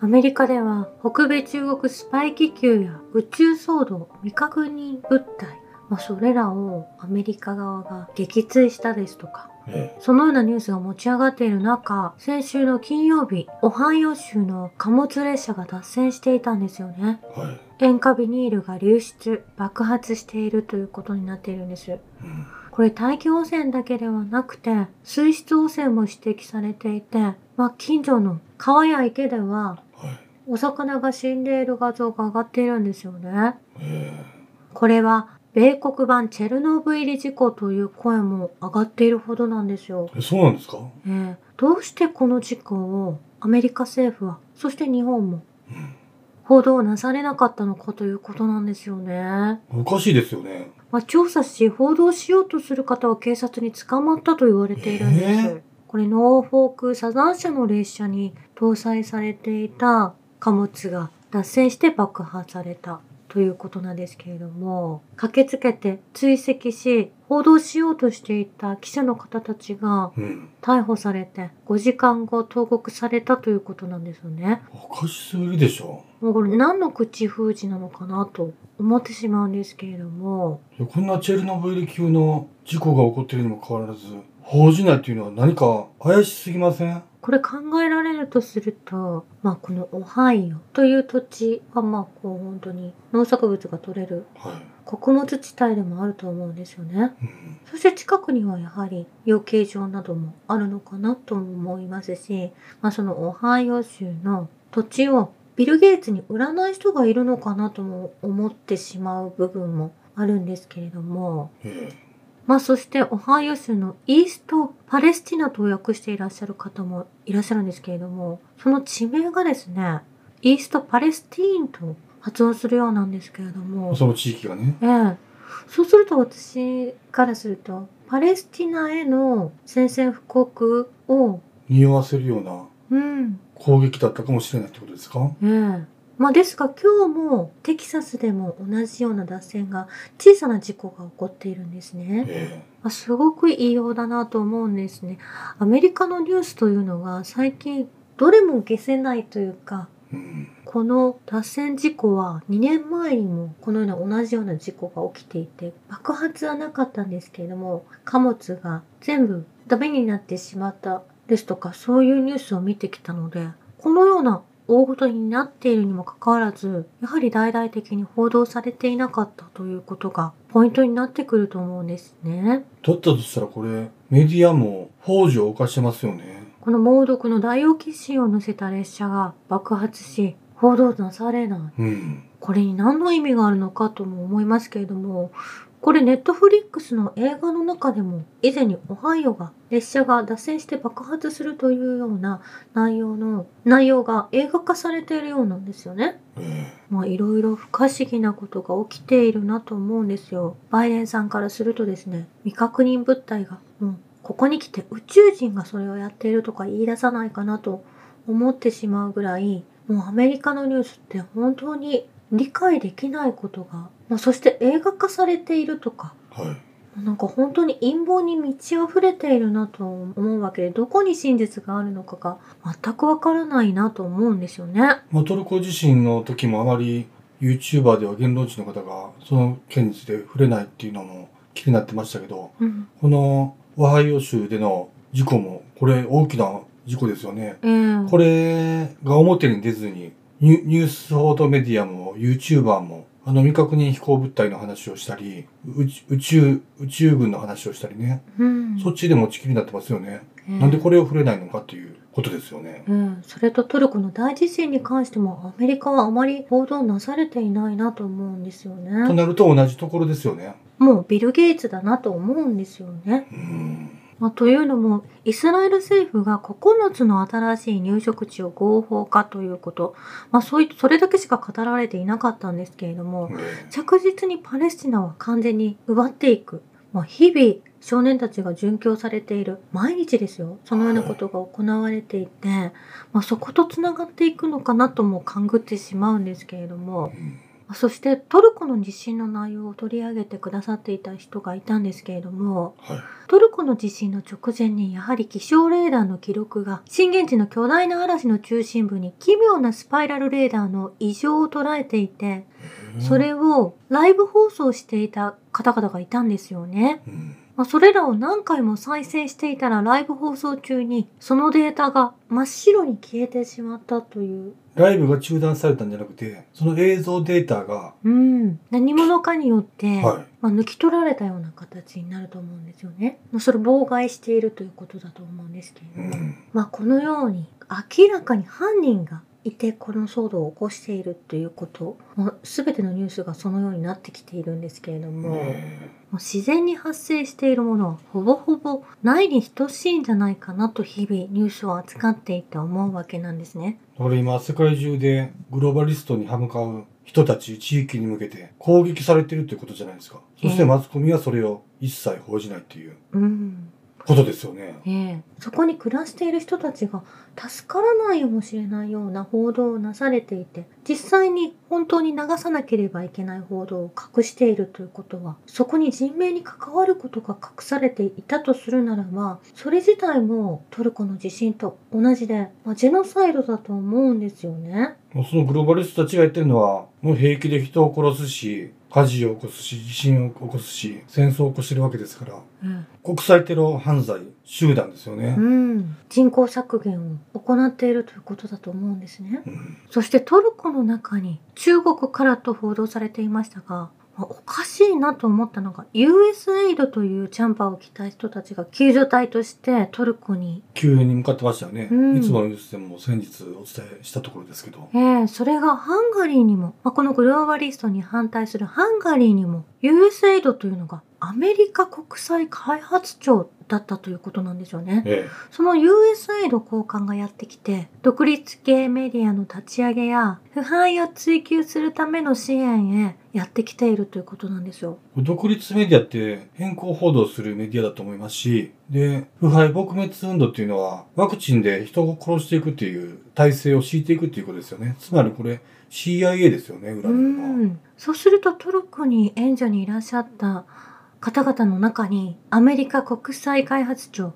アメリカでは北米中国スパイ気球や宇宙騒動未確認物体、まあ、それらをアメリカ側が撃墜したですとかえそのようなニュースが持ち上がっている中、先週の金曜日、オハイオ州の貨物列車が脱線していたんですよね。えはい、塩化ビニールが流出、爆発しているということになっているんです。うん、これ大気汚染だけではなくて、水質汚染も指摘されていて、まあ近所の川や池では、はい、お魚が死んでいる画像が上がっているんですよね。えこれは、米国版チェルノブイリ事故という声も上がっているほどなんですよ。ええそうなんですか、えーどうしてこの事故をアメリカ政府はそして日本も報道なされなかったのかということなんですよね。うん、おかしいですよねまあ、調査し報道しようとする方は警察に捕まったと言われているんです。えこれノーフォークサザン社の列車に搭載されていた貨物が脱線して爆破されたということなんですけれども駆けつけて追跡し報道しようとしていた記者の方たちがうん逮捕されて5時間後投獄されたということなんですよね。おかしすぎるでしょもうこれ何の口封じなのかなと思ってしまうんですけれども、いやこんなチェルノブイリ級の事故が起こっているにもかかわらず報じないというのは何か怪しすぎませんこれ考えられるとすると、まあこのオハイオという土地はまあこう本当に農作物が取れるは穀物地帯でもあると思うんですよね。い、うん、そして近くにはやはり養鶏場などもあるのかなとも思いますし、まあ、そのオハイオ州の土地をビル・ゲイツに売らない人がいるのかなとも思ってしまう部分もあるんですけれども、ええまあ、そしてオハイオ州のイースト・パレスチナと訳していらっしゃる方もいらっしゃるんですけれども、その地名がですね、イースト・パレスティーンと発音するようなんですけれども、その地域がねええ、そうすると私からするとパレスティナへの宣戦布告を、匂わせるようなうん攻撃だったかもしれないってことですかええまあ、ですが今日もテキサスでも同じような脱線が小さな事故が起こっているんですね。えまあ、すごく異様だなと思うんですね。アメリカのニュースというのが最近どれも消せないというかえうんこの脱線事故は2年前にもこのような同じような事故が起きていて爆発はなかったんですけれども貨物が全部ダメになってしまったですとかそういうニュースを見てきたのでこのような大事になっているにもかかわらずやはり大々的に報道されていなかったということがポイントになってくると思うんですね。だったとしたらこれメディアも法事を犯してますよねこの猛毒のダイオキシンを乗せた列車が爆発し報道なされないうんこれに何の意味があるのかとも思いますけれどもこれネットフリックスの映画の中でも以前にオハイオが列車が脱線して爆発するというような内容の内容が映画化されているようなんですよね。えまあいろいろ不可思議なことが起きているなと思うんですよ。バイデンさんからするとですね、未確認物体が、もうここに来て宇宙人がそれをやっているとか言い出さないかなと思ってしまうぐらい、もうアメリカのニュースって本当に理解できないことが、まあ、そして映画化されているとか、えはいなんか本当に陰謀に満ち溢れているなと思うわけで、どこに真実があるのかが全くわからないなと思うんですよね。まあ、トルコ地震の時もあまり YouTuber では言論地の方がその件について触れないっていうのも気になってましたけどうん。このオハイオ州での事故もこれ大きな事故ですよね。ええこれが表に出ずにニュニュース報道メディアも YouTuber もあの未確認飛行物体の話をしたり宇宙宇宙宇宙軍の話をしたりねうん。そっちでもちきりになってますよね。ななんでこれを触れないのかっていうことですよね。うん、それとトルコの大地震に関してもアメリカはあまり報道なされていないなと思うんですよとね。なると同じところですよね。もうビル・ゲイツだなと思うんですよね。うんまあ、というのもイスラエル政府が9つの新しい入植地を合法化ということ、まあ、そういそれだけしか語られていなかったんですけれども、え着実にパレスチナは完全に奪っていく。まあ、日々少年たちが殉教されている毎日ですよ。そのようなことが行われていて、まあ、そことつながっていくのかなとも勘ぐってしまうんですけれどもえ、うんまあそしてトルコの地震の内容を取り上げてくださっていた人がいたんですけれどもはい。トルコの地震の直前にやはり気象レーダーの記録が震源地の巨大な嵐の中心部に奇妙なスパイラルレーダーの異常を捉えていてそ、れをライブ放送していた方々がいたんですよね。うん。まあ、それらを何回も再生していたらライブ放送中にそのデータが真っ白に消えてしまったという、ライブが中断されたんじゃなくて、その映像データが、うん、何者かによって、はまあ、抜き取られたような形になると思うんですよね。まあ、それを妨害しているということだと思うんですけれい。どうも、ん。まあ、このように明らかに犯人がいてこの騒動を起こしているということ、まあ、全てのニュースがそのようになってきているんですけれども。もう自然に発生しているものはほぼほぼないに等しいんじゃないかなと日々ニュースを扱っていって思うわけなんですね。だから今、世界中でグローバリストに歯向かう人たち、地域に向けて攻撃されてるということじゃないですか。そしてマスコミはそれを一切報じないっていううん。ことですよね。ええ。そこに暮らしている人たちが助からないかもしれないような報道をなされていて、実際に本当に流さなければいけない報道を隠しているということは、そこに人命に関わることが隠されていたとするならば、それ自体もトルコの地震と同じで、まあ、ジェノサイドだと思うんですよね。もうそのグローバリストたちが言ってるのは、もう平気で人を殺すし、火事を起こすし、地震を起こすし、戦争を起こしてるわけですから、うん。国際テロ犯罪集団ですよねう。ん、人口削減を行っているということだと思うんですね。うんそしてトルコの中に中国からと報道されていましたが、まあおかしいなと思ったのが USAID というジャンパーを着た人たちが救助隊としてトルコに、救援に向かってましたよね。うんいつものニュースでも先日お伝えしたところですけど。ええそれがハンガリーにも、まあこのグローバリストに反対するハンガリーにも USAID というのがアメリカ国際開発庁だったということなんですよね。えその USAID 交換がやってきて、独立系メディアの立ち上げや、腐敗を追求するための支援へやってきているということなんですよ。え。独立メディアって変更報道するメディアだと思いますし、で、腐敗撲滅運動っていうのは、ワクチンで人を殺していくっていう体制を敷いていくっていうことですよね。つまりこれ CIA ですよね、裏うにいるのは。ん。そうするとトルコに援助にいらっしゃった方々の中に、アメリカ国際開発庁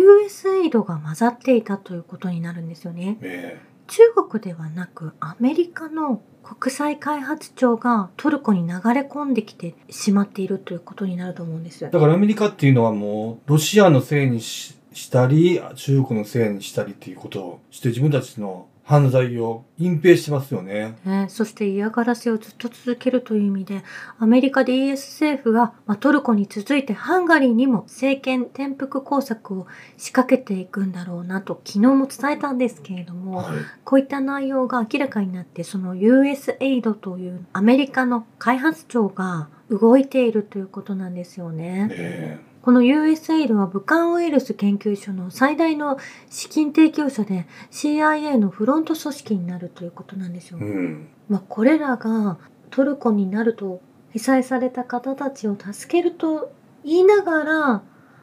USAID が混ざっていたということになるんですよね。え中国ではなくアメリカの国際開発庁がトルコに流れ込んできてしまっているということになると思うんですえ。。だからアメリカっていうのはもう、ロシアのせいにししたり、中国のせいにしたりっていうことをして自分たちの犯罪を隠蔽してますよね。ねそして嫌がらせをずっと続けるという意味でアメリカ DS 政府が、まあ、トルコに続いてハンガリーにも政権転覆工作を仕掛けていくんだろうなと昨日も伝えたんですけれども、はい。こういった内容が明らかになって、その USAID というアメリカの開発庁が動いているということなんですよね。えこの USAID は武漢ウイルス研究所の最大の資金提供者で CIA のフロント組織になるということなんですよえ。。うん。まあ、これらがトルコになると被災された方たちを助けると言いながら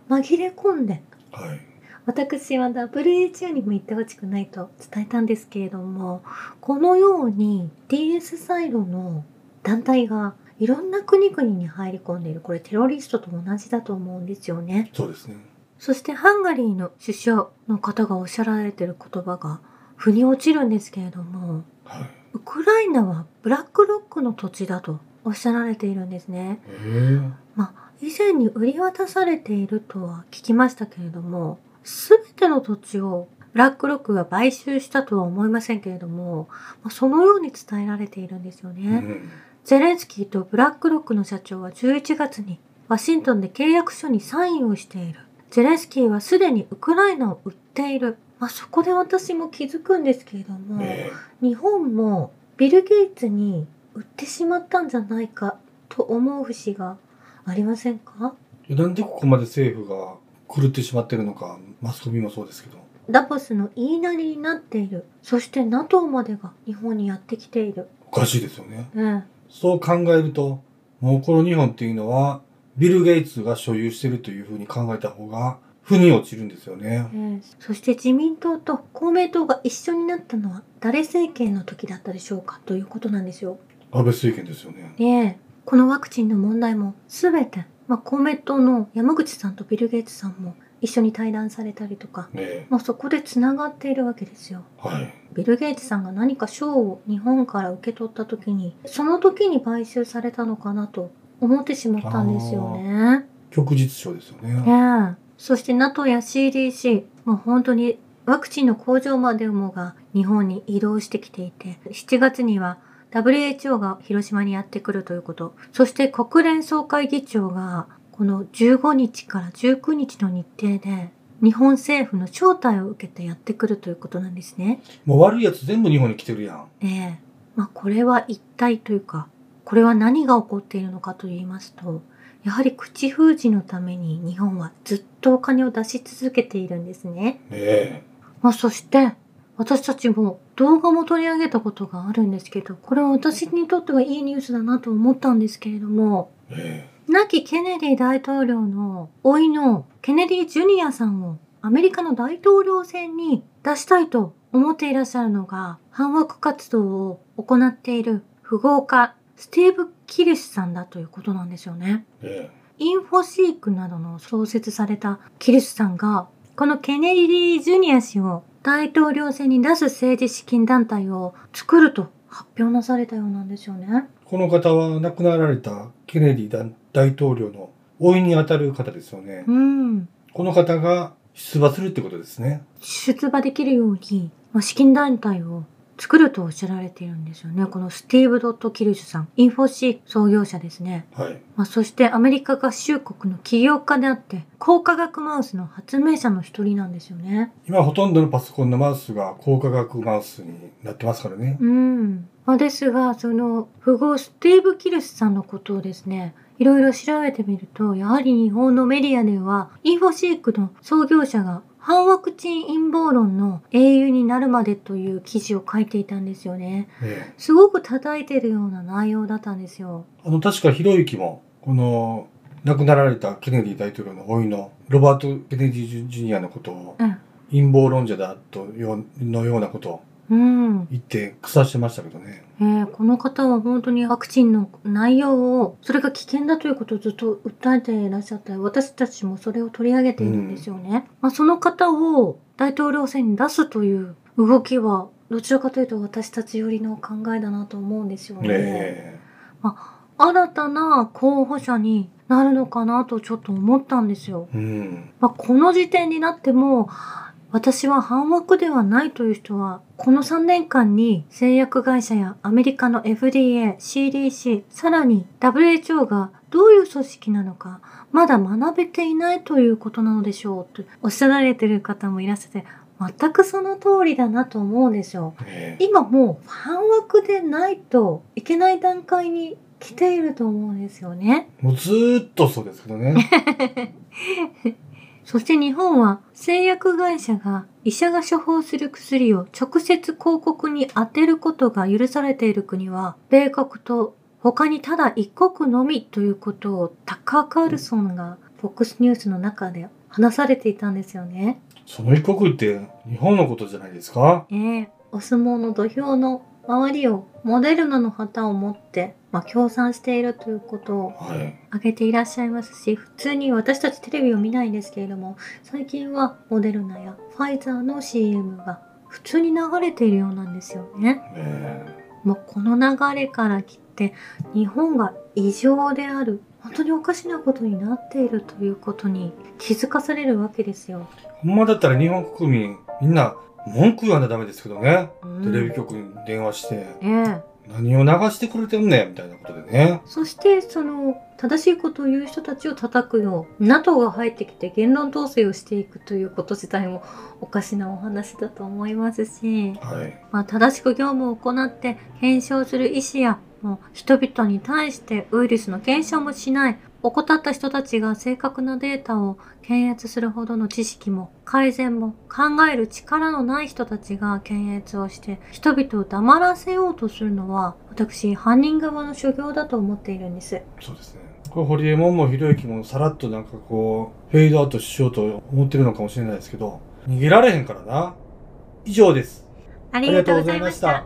紛れ込んではい。私は WHO にも言ってほしくないと伝えたんですけれどもこのように DS サイドの団体がいろんな国々に入り込んでいるこれテロリストと同じだと思うんですよねそうですね。そしてハンガリーの首相の方がおっしゃられている言葉が腑に落ちるんですけれどもはい。ウクライナはブラックロックの土地だとおっしゃられているんですねええ。まあ、以前に売り渡されているとは聞きましたけれども、すべての土地をブラックロックが買収したとは思いませんけれども、まあそのように伝えられているんですよね。うん。ゼレンスキーとブラックロックの社長は11月にワシントンで契約書にサインをしている。ゼレンスキーはすでにウクライナを売っている。まあ、そこで私も気づくんですけれども、え日本もビル・ゲイツに売ってしまったんじゃないかと思う節がありませんかえなんでここまで政府が狂ってしまってるのか、マスコミもそうですけど。ダボスの言いなりになっているそして NATO までが日本にやってきている、おかしいですよね。うん、そう考えると、もうこの日本っていうのは、ビル・ゲイツが所有してるというふうに考えた方が、腑に落ちるんですよね。そして自民党と公明党が一緒になったのは誰政権の時だったでしょうかということなんですよ安倍政権ですよね。ねえこのワクチンの問題も全て、まあ、公明党の山口さんとビル・ゲイツさんも一緒に対談されたりとか、ねえもうそこでつながっているわけですよ。はい。ビル・ゲイツさんが何か賞を日本から受け取った時にその時に買収されたのかなと思ってしまったんですよね。旭日賞ですよね。ええそして NATO や CDC もう本当にワクチンの工場までもが日本に移動してきていて7月には WHO が広島にやってくるということそして国連総会議長がこの15日から19日の日程で日本政府の招待を受けてやってくるということなんですね。もう悪いやつ全部日本に来てるやん。ええまあ、これは一体というか、これは何が起こっているのかと言いますと、やはり口封じのために日本はずっとお金を出し続けているんですね。ねえまあ、そして、私たちも動画も取り上げたことがあるんですけど、これは私にとってはいいニュースだなと思ったんですけれども、ね亡きケネディ大統領の老いのケネディ・ジュニアさんをアメリカの大統領選に出したいと思っていらっしゃるのが反枠活動を行っている富豪家スティーブ・キリシさんだということなんですよね。えねインフォシークなどの創設されたキリシさんがこのケネディ・ジュニア氏を大統領選に出す政治資金団体を作ると発表なされたようなんですよね。えこの方は亡くなられたケネディ大大統領の老いにあたる方ですよね。うん。この方が出馬するってことですね。出馬できるように、まあ、資金団体を作るとおっしゃられているんですよね。このスティーブ・ドット・キルシュさん、インフォシー創業者ですね。はい。まあ、そしてアメリカ合衆国の起業家であって、高化学マウスの発明者の一人なんですよね。今ほとんどのパソコンのマウスが高価格マウスになってますからね。うん。まあ、ですが、その、富豪スティーブ・キルシュさんのことをですね、いろいろ調べてみると、やはり日本のメディアでは、インフォシークの創業者が反ワクチン陰謀論の英雄になるまでという記事を書いていたんですよね。ねえすごく叩いてるような内容だったんですよ。あの、確かひろゆきも、この、亡くなられたケネディ大統領の老いの、ロバート・ケネディ・ジュニアのことを、うん。陰謀論者だとようのようなことをうん。言って腐してましたけどね。えーこの方は本当にワクチンの内容を、それが危険だということをずっと訴えていらっしゃった私たちもそれを取り上げているんですよね。まあ、その方を大統領選に出すという動きは、どちらかというと私たち寄りの考えだなと思うんですよね。ね新たな候補者になるのかなとちょっと思ったんですよ。え。うん。まあ、この時点になっても私は反枠ではないという人はこの3年間に製薬会社やアメリカの FDA、CDC、さらに WHO がどういう組織なのかまだ学べていないということなのでしょうとおっしゃられてる方もいらっしゃって全くその通りだなと思うんですよ。ねえ。今もう反枠でないといけない段階に来ていると思うんですよね。もうずーっとそうですけどね。そして日本は製薬会社が医者が処方する薬を直接広告に当てることが許されている国は、米国と他にただ一国のみということをタッカー・カールソンが FOX ニュースの中で話されていたんですよね。その一国って日本のことじゃないですかええお相撲の土俵の周りをモデルナの旗を持って、まあ、協賛しているということをはい。上げていらっしゃいますし普通に私たちテレビを見ないんですけれども最近はモデルナやファイザーの CM が普通に流れているようなんですよね。ねえ。もうこの流れから来て日本が異常である本当におかしなことになっているということに気づかされるわけですよ。ほんまだったら日本国民みんな文句言わなダメですけどね。うんテレビ局に電話してええ何を流してくれてんねんみたいなことでね。そしてその正しいことを言う人たちを叩くよう NATO が入ってきて言論統制をしていくということ自体もおかしなお話だと思いますし、はい。まあ、正しく業務を行って検証する医師やもう人々に対してウイルスの検証もしない怠った人たちが正確なデータを検閲するほどの知識も改善も考える力のない人たちが検閲をして人々を黙らせようとするのは私犯人側の所業だと思っているんです。そうですね。これ、ホリエモンもひろゆきもさらっとなんかこう、フェードアウトしようと思ってるのかもしれないですけど、逃げられへんからな。以上です。あありがとうございました。。